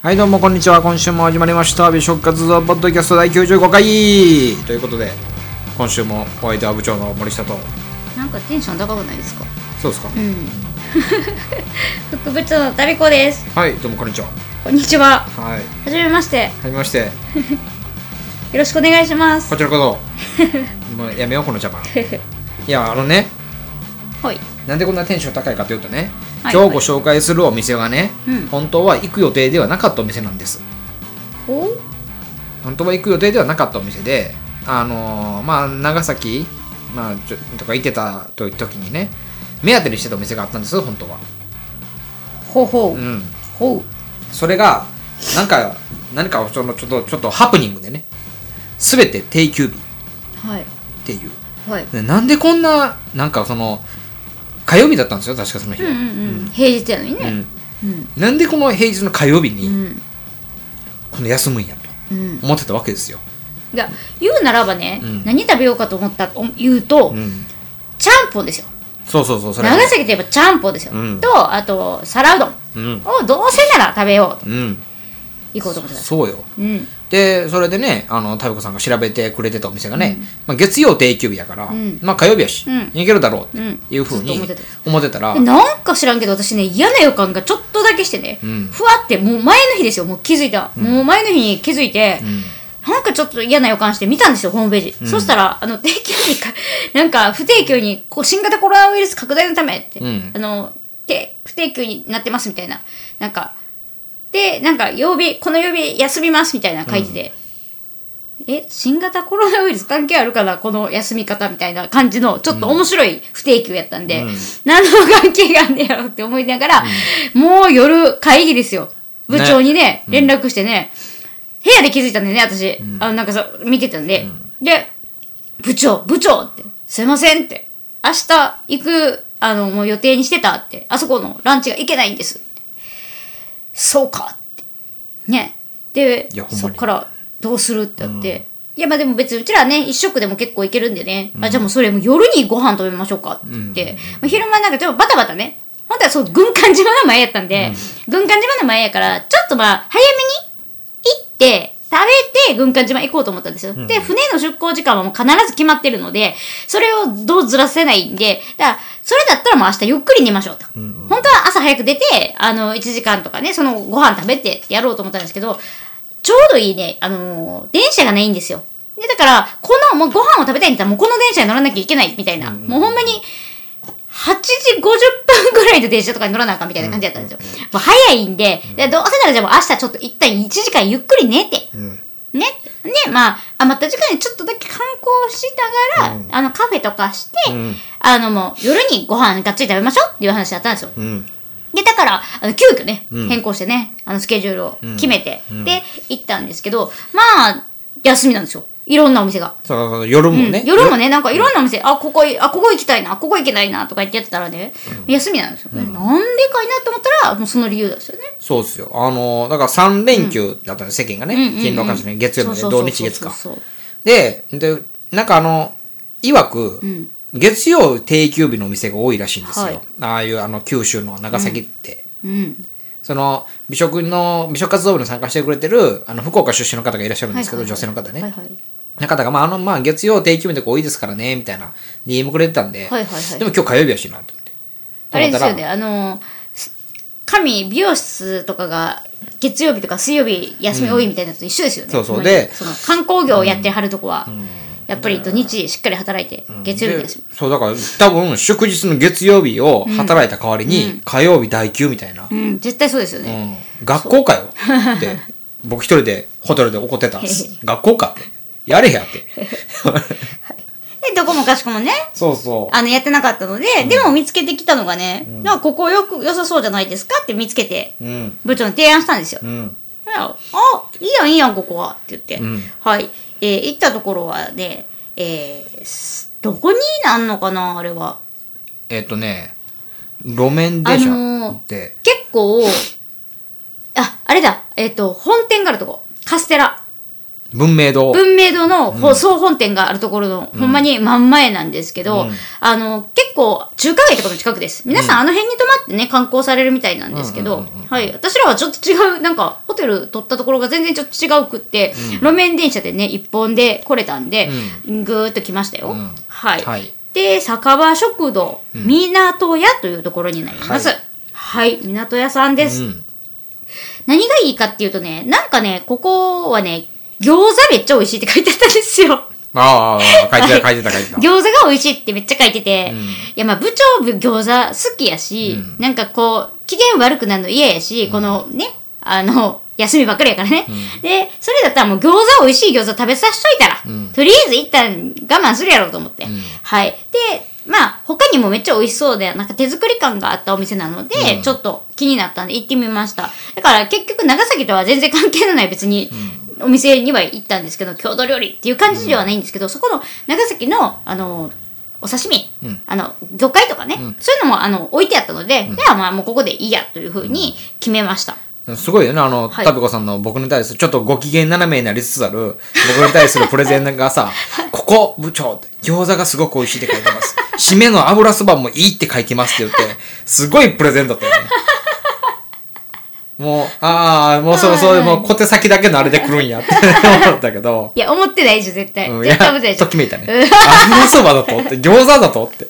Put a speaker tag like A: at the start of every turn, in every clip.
A: はいどうもこんにちは今週も始まりました美食活動ポッドキャスト第95回ということで今週もホワイトア部長の森下と
B: なんかテンション高くないですか。
A: そうですか
B: うん。副部長のタビコです。
A: はいどうもこんにちは
B: こんにちは。
A: はい
B: はじめまして。
A: はじめまして
B: よろしくお願いします
A: こ。ちらこそ もうやめようこの邪魔いやあのね
B: はい。
A: なんでこんなテンション高いかというとね、
B: はい
A: 今日ご紹介するお店がね、
B: うん
A: 本当は行く予定ではなかったお店なんです
B: お。
A: 本当は行く予定ではなかったお店であのーまあ長崎、まあ、ちょとか行ってた時にね目当てにしてたお店があったんですよ本当は
B: ほうほ
A: う
B: う。
A: ん
B: ほう。
A: それがなんか何かそのちょっとちょっとハプニングでね全て定休日っ
B: はい。
A: ていう
B: はい。
A: でなんでこんななんかその火曜日だったんですよ確かその日
B: うん
A: は、
B: うんうん。平日やのにね。う
A: う
B: ん。
A: んなんでこの平日の火曜日
B: う
A: に
B: ん。
A: この休むんやと
B: うん。
A: 思ってたわけですよ、
B: いや、言うならばね、
A: うん
B: 何食べようかと思った、お言うと、
A: うん、
B: ちゃんぽんですよ。
A: そうそうそうそれは
B: 長崎といえばちゃんぽんですよ。
A: うん
B: と、あと、皿うどん
A: うん
B: をどうせなら食べようと。
A: うん
B: 行こうと思ってたんです。
A: そうよ
B: うん。
A: でそれでねあのタビコさんが調べてくれてたお店がね、まあ、月曜定休日やから、
B: ん
A: まあ火曜日やし、
B: うん
A: いけるだろう
B: うん
A: っていうふうに
B: ずっと思って
A: 思ってたら、
B: でなんか知らんけど私ね嫌な予感がちょっとだけしてね、
A: うん
B: ふわってもう前の日ですよもう気づいた、もう前の日に気づいて、なんかちょっと嫌な予感して見たんですよホームページ、そしたらあの 定休日かなんか不定休にこう新型コロナウイルス拡大のためって、
A: うん
B: あのて不定休になってますみたいななんかでなんか曜日この曜日休みますみたいな書いてて、え新型コロナウイルス関係あるかなこの休み方みたいな感じのちょっと面白い不定休やったんで、何の関係があんねやろって思いながら、もう夜会議ですよ部長にね連絡してね、部屋で気づいたんだよね私、あのなんかさ見てたんで、で部長部長ってすいませんって明日行くあのもう予定にしてたってあそこのランチが行けないんですってそうかってねで
A: いやほんまに
B: そっからどうするってなって、いやまあでも別にうちらはね一食でも結構いけるんでね、あじゃあもうそれもう夜にご飯食べましょうかって言って、まあ、昼間なんかちょっとバタバタね本当はそう軍艦島の前やったんで、軍艦島の前やからちょっとまあ早めに行って食べて軍艦島行こうと思ったんですよ。で、船の出港時間はもう必ず決まってるので、それをどうずらせないんで、だから、それだったらもう明日ゆっくり寝ましょうと。本当は朝早く出て、あの、1時間とかね、そのご飯食べてってやろうと思ったんですけど、ちょうどいいね、あのー電車がないんですよ。で、だから、この、もうご飯を食べたいんだったらもうこの電車に乗らなきゃいけないみたいな、もうほんまに、8時50分ぐらいの電車とかに乗らなあかんみたいな感じだったんですよ。もう早いんで、でどうせならじゃあもう明日ちょっと一旦1時間ゆっくり寝て、ね、ね、まあ、余った時間にちょっとだけ観光しながら、あの、カフェとかして、あの、もう夜にご飯がっつり食べましょうっていう話だったんですよ。
A: うん
B: で、だから、あの急遽ね、変更してね、あの、スケジュールを決めて、で、行ったんですけど、まあ、休みなんですよ。いろんなお店が。
A: そうそう夜もね、
B: うん夜もねなんかいろんなお店、あここいあここ行きたいなここ行けないなとか言ってやってたらね、休みなんですよ、ねなんでかいなと思ったらもうその理由なんですよね
A: そうっすよあのだから3連休だったんです、世間がね、勤労感謝の月曜日まで
B: そうそう
A: 土
B: そう
A: 日月か
B: そうそう
A: ででなんかあのいわく、
B: ん
A: 月曜定休日のお店が多いらしいんですよ、
B: はい
A: ああいうあの九州の長崎って、
B: そううん
A: その美食の美食活動部に参加してくれてるあの福岡出身の方がいらっしゃるんですけど、
B: はいはいはい
A: 女性の方ね、
B: はいはい
A: の方が、まあ、あの、まあ、月曜定休日のとこ多いですからね、みたいな DM くれてたんで、
B: はいはいはい
A: でも今日火曜日やしな、と思って。
B: あれですよ
A: と思った
B: ね
A: ら
B: あのす神美容室とかが月曜日とか水曜日休み多いみたいなのと一緒ですよね、
A: そうそう
B: ほんまに
A: で
B: その観光業をやってはるとこは、やっぱり土日しっかり働いて月曜日です、
A: でそう、だから多分祝日の月曜日を働いた代わりに、火曜日代休みたいな、
B: うん絶対そうですよ
A: う
B: ね、
A: ん学校かよって、僕一人でホテルで怒ってたんです。学校かって。やれへやって。
B: でどこもかしこもね
A: そうそう。
B: あの、やってなかったので、でも見つけてきたのがね、なんかここよく、良さそうじゃないですかって見つけて、
A: うん。
B: 部長に提案したんですよ。
A: うん。
B: あ、あいいやんいいやん、ここは。って言って。
A: ん
B: はい。えー行ったところはね、えーすどこになんのかな、あれは。
A: えっ、とね、路面電車
B: あのー
A: って、
B: 結構、あ、あれだ、えっ、と、本店があるとこ。カステラ。
A: 文明堂
B: 文明堂のほ総本店があるところの、ほんまに真ん前なんですけど、あの結構中華街とかの近くです皆さんあの辺に泊まってね観光されるみたいなんですけど、はい、私らはちょっと違うなんかホテル取ったところが全然ちょっと違うくって、路面電車でね一本で来れたんで、ぐーっと来ましたよ、
A: ん
B: はい、
A: はい
B: で酒場食堂港屋というところになります、
A: は
B: はい、港屋さんです、
A: うん
B: 何がいいかっていうとねなんかねここはね餃子めっちゃ美味しいって書いてあったんですよ
A: ああ書いてた
B: は
A: 書いてた書いてた
B: 餃子が美味しいってめっちゃ書いてて、いやまあ部長部餃子好きやし、なんかこう機嫌悪くなるの嫌やし、このねあの休みばっかりやからね、でそれだったらもう餃子美味しい餃子食べさせといたら、とりあえず一旦我慢するやろうと思って、はいでまあ他にもめっちゃ美味しそうでなんか手作り感があったお店なので、ちょっと気になったんで行ってみましただから結局長崎とは全然関係のない別に、お店には行ったんですけど郷土料理っていう感じではないんですけど、そこの長崎のあのお刺身、あの魚介とかね、そういうのもあの置いてあったので、じゃあまあもうここでいいやというふうに決めました、
A: すごいよね、あの、
B: はい
A: タペコさんの僕に対する、ちょっとご機嫌斜めになりつつある、僕に対するプレゼンがさ、ここ、部長、餃子がすごく美味しいって書いてます。締めの油そばもいいって書いてますって言って、すごいプレゼンだったよね。もう、ああ、もうそろそろ、もう小手先だけのあれで来るんやって思ったけど、
B: いや思ってないでしょ絶対、
A: うん、いや
B: 絶対思ってない、でし
A: と
B: ょ
A: きめいたね。油そばだとって、餃子だとって。
B: い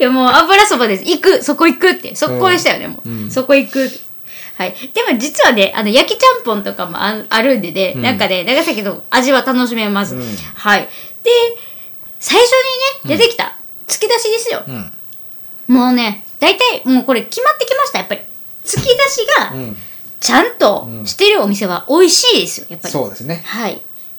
B: やもう油そばです行くそこ行くって速攻でしたよね、もう、そこ行くはいでも実はねあの焼きちゃんぽんとかもああるんでね、なんかね長崎の味は楽しめます、はいで最初にね出てきた、突き出しですよ、
A: ん
B: もうね大体もうこれ決まってきましたやっぱり突き出しが
A: ん
B: ちゃんとしてるお店は美味しいですよやっぱり
A: そうですね。
B: はい。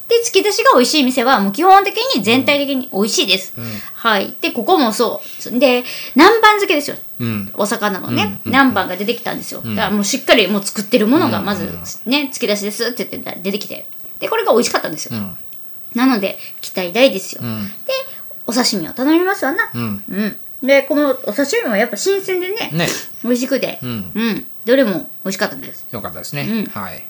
B: で、突き出しが美味しい店は、もう基本的に全体的に美味しいです。はい。で、ここもそう。で、南蛮漬けですよ。
A: うん。
B: お魚のね、南蛮が出てきたんですよ。だからもうしっかりもう作ってるものが、まずね、突き出しですって言って出てきて。で、これが美味しかったんですよ。
A: ん
B: なので、期待大ですよ。
A: ん
B: で、お刺身を頼みますわな。
A: うん。
B: うん。で、このお刺身もやっぱ新鮮でね、
A: ね。
B: 美味しくて、
A: うん
B: うん。どれも美味しかったです。
A: よかったですね。
B: うん
A: はい。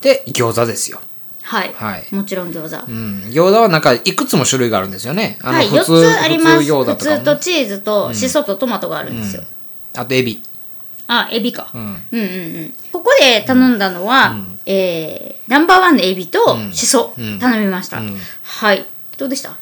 A: で、餃子ですよ。
B: はい。
A: はい
B: もちろん餃子
A: う。ん、餃子はなんかいくつも種類があるんですよね。あの
B: はい、
A: 普
B: 4
A: 通
B: つあります。
A: 普通餃
B: 普
A: 子とか
B: 通
A: も
B: と
A: ね、
B: チーズとシソとトマトがあるんですよ。
A: あとエビ。
B: あ、エビか、
A: う
B: うん。
A: ん。
B: うんうんここで頼んだのは、えーナンバーワンのエビとシソ
A: うん
B: 頼みました。
A: うん
B: はい。どうでした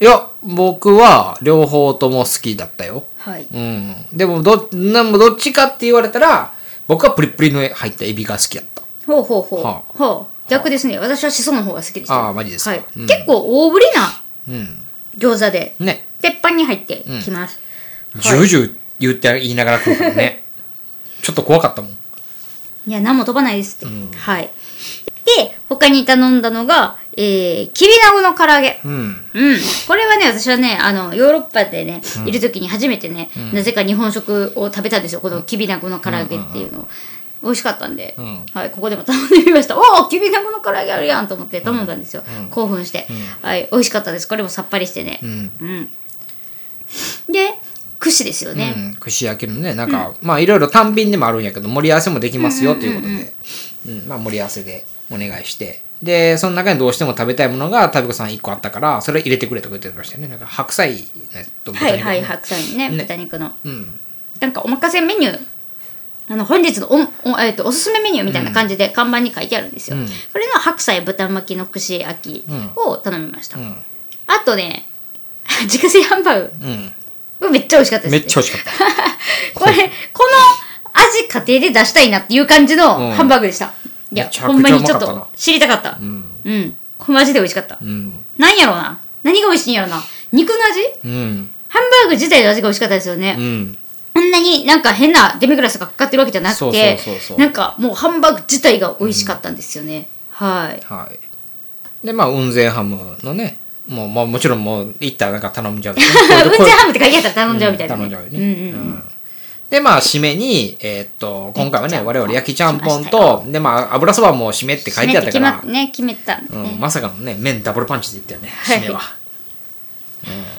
A: いや、僕は両方とも好きだったよ。
B: はい。
A: うん。でもど、なんもどっちかって言われたら、僕はプリプリの入ったエビが好きだった。
B: ほうほうほう。
A: は
B: ほう逆ですね。私はシソの方が好きでした。
A: あーマジですか
B: はい
A: うん
B: 結構大ぶりな
A: うん。
B: 餃子で、
A: ね。
B: 鉄板に入ってきます。
A: ジュージュー言って言いながら食うから ね。ちょっと怖かったもん。
B: いや、何も飛ばないですって。はい。で、他に頼んだのが、えー、きびなごの唐揚げ。
A: うん。
B: うん、これはね私はねあのヨーロッパでね、いる時に初めてね、なぜか日本食を食べたんですよこのきびなごの唐揚げっていうのを、美味しかったんで、
A: ん
B: はい、ここでも頼んでみましたおおきびなごの唐揚げあるやんと思って頼んだんですよ、興奮して、はい、美味しかったですこれもさっぱりしてね、
A: うん。
B: うんで串ですよね、
A: うん、串焼きのねなんか、まあいろいろ単品でもあるんやけど盛り合わせもできますよということで、うんまあ、盛り合わせでお願いしてでその中にどうしても食べたいものがタビコさん1個あったからそれ入れてくれとか言ってましたよねなんか白菜ねと
B: はい
A: 肉
B: はい
A: ね
B: 白菜にね
A: ね
B: 豚肉の
A: うん
B: なんかお任せメニューあの本日のおお,、えー、とおすすめメニューみたいな感じで看板に書いてあるんですよ、
A: うん
B: これの白菜豚巻きの串焼きを頼みました、
A: うん
B: あとね 自家製ハンバーグ
A: う
B: これめっちゃ美味しかったで
A: ん
B: す
A: めっちゃ美味しかった
B: これこの味家庭で出したいなっていう感じ
A: うん
B: のハンバーグでした、いや
A: めちゃくちゃ
B: ほんまにちょっ
A: うまか
B: と
A: った
B: 知りたかったうん、これマジで美味しかった、
A: うん
B: なんやろうな何が美味しいんやろうな肉の味
A: うん
B: ハンバーグ自体の味が美味しかったですよね、
A: うん
B: こんなになんか変なデミグラスがかかってるわけじゃなくて
A: そうそうそうそう
B: なんかもうハンバーグ自体が美味しかったんですよね、 はい
A: はいでまあ雲仙ハムのねもう、まあ、もちろんもう行ったらなんか頼んじ ゃう、ね
B: うんちハムって書いてあったら頼んじゃうみたいな、
A: 頼んじゃうよね、
B: うんうん
A: うんでまあ締めに、えーっと今回はね我々焼きちゃんぽん
B: 来ま
A: とでまあ油そばも締めって書いてあったか
B: 締めて
A: ら
B: 決まね決めたんで
A: うん
B: ね、
A: まさかのね麺ダブルパンチでいったよね
B: はい
A: 締めは、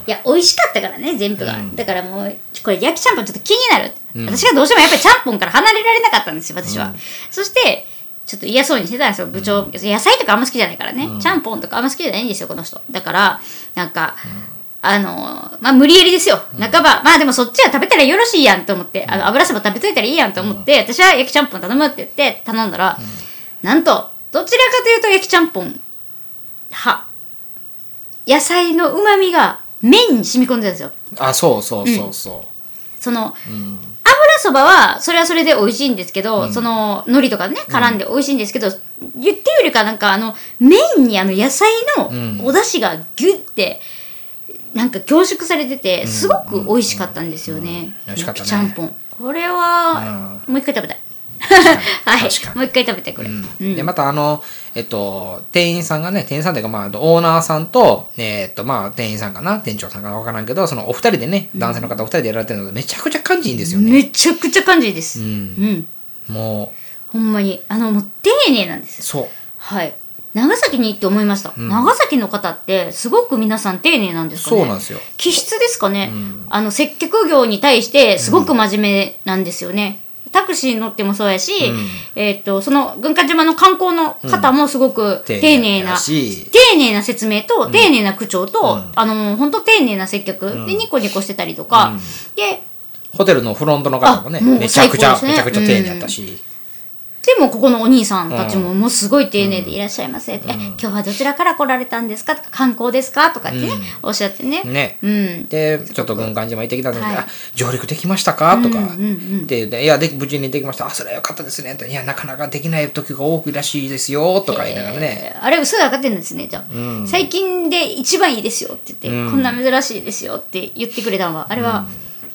B: いや美味しかったからね全部が、だからもうこれ焼きちゃんぽんちょっと気になる、私がどうしてもやっぱりちゃんぽんから離れられなかったんですよ私は、そしてちょっと嫌そうにしてたんですよ部長、野菜とかあんま好きじゃないからね、ちゃんぽんとかあんま好きじゃないんですよこの人だからなんか、あのまあ無理やりですよ半ば、まあでもそっちは食べたらよろしいやんと思って、あの油そば食べといたらいいやんと思って、私は焼きちゃんぽん頼むって言って頼んだら、なんとどちらかというと焼きちゃんぽんは野菜のうまみが麺に染み込んでるんですよ
A: あそうそうそうそ
B: その
A: う、うん
B: 油そばはそれはそれで美味しいんですけど、その海苔とかね絡んで美味しいんですけど、言ってよりかなんかあの麺にあの野菜
A: うん
B: のお出汁がギュッてなんか凝縮されててすごく美味しかったんですよね、
A: うん美味しかったね
B: ちゃんぽんこれは、もう一回食べたい はい
A: 確かに
B: もう一回食べたいこれ、
A: でまたあの、えっと、店員さんがね店員さんというか、まあ、オーナーさんと,、えっとまあ、店員さんかな店長さんかな分からんけどそのお二人でね男性の方お二人でやられてるのでめちゃくちゃ感じいいんですよね、
B: めちゃくちゃ感じいいです
A: うん
B: うん、
A: も
B: ほんまにあのもう丁寧なんです
A: うそう
B: はい。長崎に行って思いました。長崎の方って、すごく皆さん丁寧なんですかね。
A: そうなんですよ
B: 気質ですかね。あの、接客業に対して、すごく真面目なんですよね。タクシーに乗ってもそうやし、えっ、と、その、軍艦島の観光の方もすごく
A: 丁
B: 丁
A: 寧
B: 寧な、
A: やし
B: 丁寧な説明と、丁寧な口調と、あの、本当丁寧な接客、で、ニコニコしてたりとか、で、
A: ホテルのフロントの方もね
B: あもう
A: めちゃくちゃ、
B: 最高ですね
A: めちゃくちゃ丁寧やったし、
B: でもここのお兄さんたちももうすごい丁寧でいらっしゃいませって、え今日はどちらから来られたんですかとか観光ですかとかってね、おっしゃってね。
A: ね
B: うん。
A: でちょっと軍艦島行ってきたんで、
B: はい
A: あ上陸できましたか?」とか、
B: うんうんうん
A: ででいやで無事にできましたあそれはよかったですね」って「いやなかなかできない時が多くらしいですよ」とか言いながらね、
B: えーあれ嘘で上がってるんですねじゃあ、最近で一番いいですよって言って、こんな珍しいですよって言ってくれたのはあれは、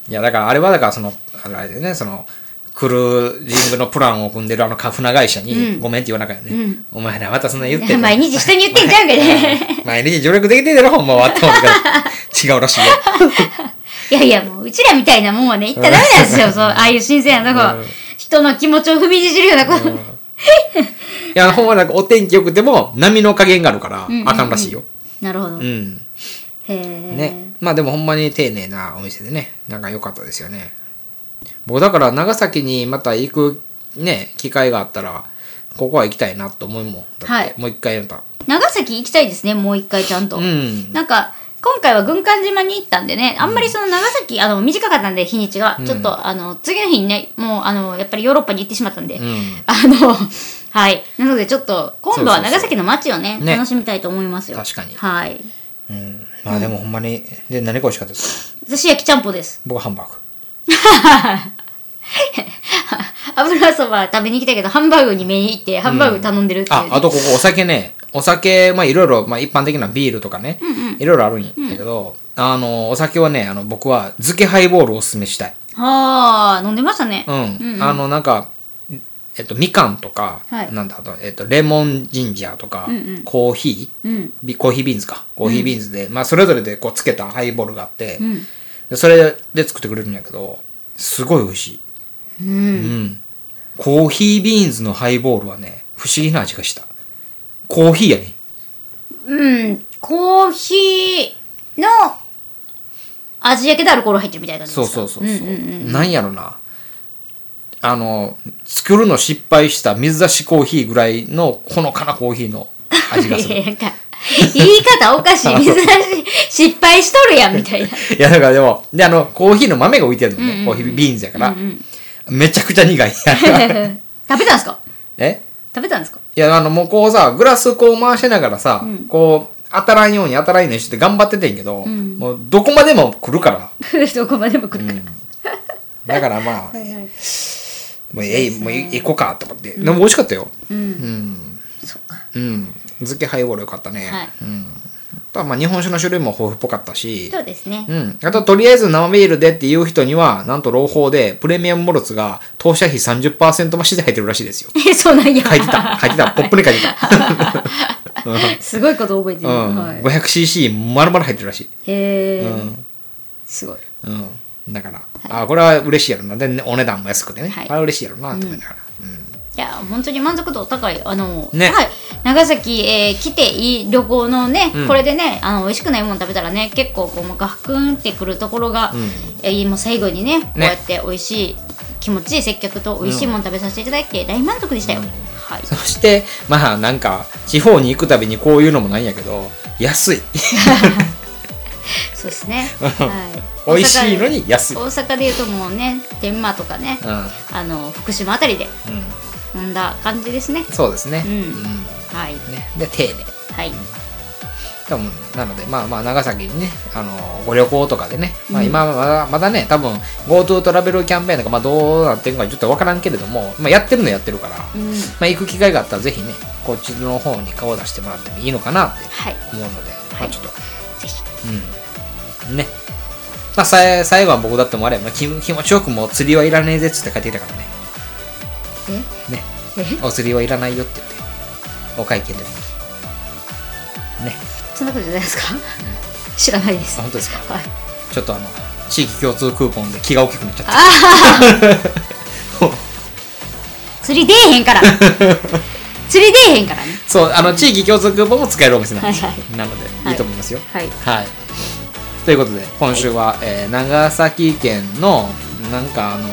A: いやだからあれはだからそのあれあれだよねそのクルージングのプランを組んでるあのカフナ会社に「ごめん」って言わなきゃね、お前らまたそんな言って
B: 毎日人に言ってんじゃうんかね
A: 毎日上陸できてんだろほんまはと思うけど違うらしいよ
B: いやいやもううちらみたいなもんはね行ったらダメなんですよそうああいう新鮮なとこ、人の気持ちを踏みにじるようなこう
A: いやほんまなんかお天気よくても波の加減があるから、あかんらしいよ
B: なるほど、
A: う
B: へ
A: ん
B: え、
A: ね、まあでもほんまに丁寧なお店でねなんか良かったですよね僕だから長崎にまた行くね機会があったらここは行きたいなと思いもんだって、
B: はい
A: もう一回また
B: 長崎行きたいですねもう一回ちゃんと、
A: うん
B: なんか今回は軍艦島に行ったんでねあんまりその長崎あの短かったんで日にちが、ちょっとあの次の日にねもうあのやっぱりヨーロッパに行ってしまったんで、
A: ん
B: あのはいなのでちょっと今度は
A: そうそうそう
B: 長崎の街をね
A: ね
B: 楽しみたいと思いますよ
A: 確かに
B: はい
A: うんまあでもほんまにで何が美味しかったですか
B: 私焼きちゃんぽんです
A: 僕はハンバーグ
B: 油そば食べに来たけどハンバーグに目に行ってハンバーグ頼んでるっていうね、
A: ああとここお酒ねお酒まあいろいろまあ一般的なビールとかねいろいろあるんやけど、あのお酒はねあの僕は漬けハイボールをおすすめしたい
B: はあ飲んでましたね、
A: うん、あのなんかえっとみかんとか、
B: はい
A: なんだあと、えっと、レモンジンジャーとか、コーヒー、
B: うん
A: ビコーヒービーンズかコーヒービーンズで、まあそれぞれでこうつけたハイボールがあって、でそれで作ってくれるんやけどすごい美味しいうん、コーヒービーンズのハイボールはね不思議な味がしたコーヒーやね
B: うん、コーヒーの味やけでアルコール入ってるみたいな感じ
A: そう
B: ですか
A: そうそう
B: うん
A: そう,、
B: うんうん
A: なんやろなあの作るの失敗した水出しコーヒーぐらいのほのかなコーヒーの味がする
B: いやなんか言い方おかしい水出し失敗しとるやんみたいな
A: いやだからでもであのコーヒーの豆が置いてるのね、コーヒービーンズやから、めちゃくちゃ 苦い
B: 食べたんですか
A: え
B: 食べたんですか
A: いやあのもうこうさグラスこう回しながらさ、こう当たらんように当たらんようにして頑張っててんけど、もうどこまでも来るから
B: どこまでも来るから、
A: だからまあもうえいもうい行こうかと思って、でも美味しかったようん、うん、漬けハイボールよかったね、
B: はい
A: うん、あとはまあ日本酒の種類も豊富っぽかったし
B: そうですね、
A: うん、あととりあえず生ビールでっていう人にはなんと朗報でプレミアムモルツが当社費30%増しで入ってるらしいですよ
B: え そうなんや
A: 書いて た書いてたポップに書いてた、
B: すごいこと覚えて
A: う
B: る、
A: ん
B: はい、
A: 500cc まるまる入ってるらしい、
B: へえ、
A: うん
B: すごい
A: うん、だから、あこれは嬉しいやろなでねお値段も安くてね、
B: はい
A: あれは嬉しいやろなと思いながら、
B: いや本当に満足度高いあの、
A: ね
B: はい、長崎、えー来ていい旅行のね、
A: ん
B: これでねあの美味しくないもの食べたらね結構こうもうガクンってくるところが、えーもう最後にねこうやって美味しい気持ちいい接客と美味しいもの食べさせていただいて大満足でしたよ、はい
A: そしてまあなんか地方に行くたびにこういうのもないんやけど安い
B: そうで すね、はい
A: 美味しいのに安い、う
B: 大阪でいうともうね天満とかね、
A: んうん、
B: あの福島あたりで飲んだ感じですね
A: そうですね、
B: うん
A: うん
B: はい
A: ね、で丁寧
B: はい
A: 多分なので、まあまあ、長崎にね、あのご旅行とかでね、まあ、今はまだまだね、多分 GoTo トラベルキャンペーンとか、まあ、どうなってるかちょっとわからんけれども、まあ、やってるのはやってるから、
B: う
A: ま
B: ん
A: あ、行く機会があったら、ぜひね、こっちの方に顔を出してもらってもいいのかなって
B: はい
A: 思うので、まあ、
B: はい
A: ちょっと、
B: ぜひ
A: うん、ね。まあ、さ最後は僕だってもあれば、まあ気気持ちよくもう釣りはいらねえぜっつって帰ってきたからね、ね、
B: ええ
A: お釣りはいらないよって言って、お会見でも。ね、
B: そんなことじゃないですか知らないです
A: あ本当ですか
B: はい
A: ちょっとあの地域共通クーポンで気が大きくなっちゃった。
B: 釣り出えへん から釣り出えへんからね
A: そう、あの地域共通クーポンも使えるお店なんですよ。
B: はいは
A: なので、
B: はい
A: いいと思いますよ。
B: はい
A: はい。ということで、今週は、えー長崎県の、なんかあの、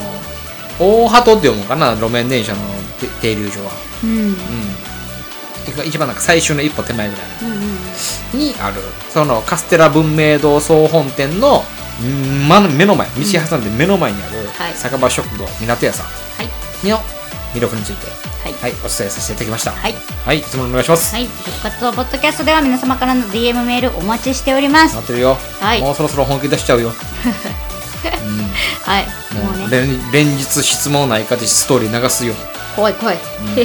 A: 大鳩って読むのかな、路面電車のて停留所は。
B: うんうん
A: うん。一番なんか最終の一歩手前ぐらい
B: うん
A: にある、そのカステラ文明堂総本店の、んま、目の前、道挟んで目の前にある、
B: はい
A: 酒場食堂港屋さん
B: はい
A: の魅力について、
B: はい
A: はい、お伝えさせていただきました。
B: はい
A: はい、いつものお願いします。
B: はい復活をポッドキャストでは皆様からの DM メールお待ちしております
A: なってるよ、
B: はい
A: もうそろそろ本気出しちゃう よ。
B: はい
A: も
B: もう
A: う
B: ね
A: 連連日質問ないかでストーリー流すよ。
B: 怖い怖い 部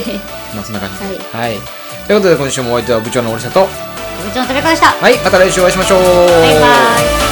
A: まあそんな感じで。はい。ということで今週もお相手は部長の森下と、
B: 長の食べ方でした
A: はい、また来週お会いしましょう。
B: バイバイ